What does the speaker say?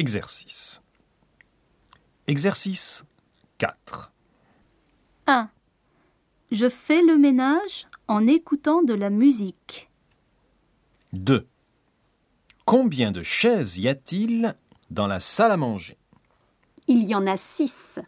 Exercice. Exercice 4. 1. Je fais le ménage en écoutant de la musique. 2. Combien de chaises y a-t-il dans la salle à manger Il y en a six.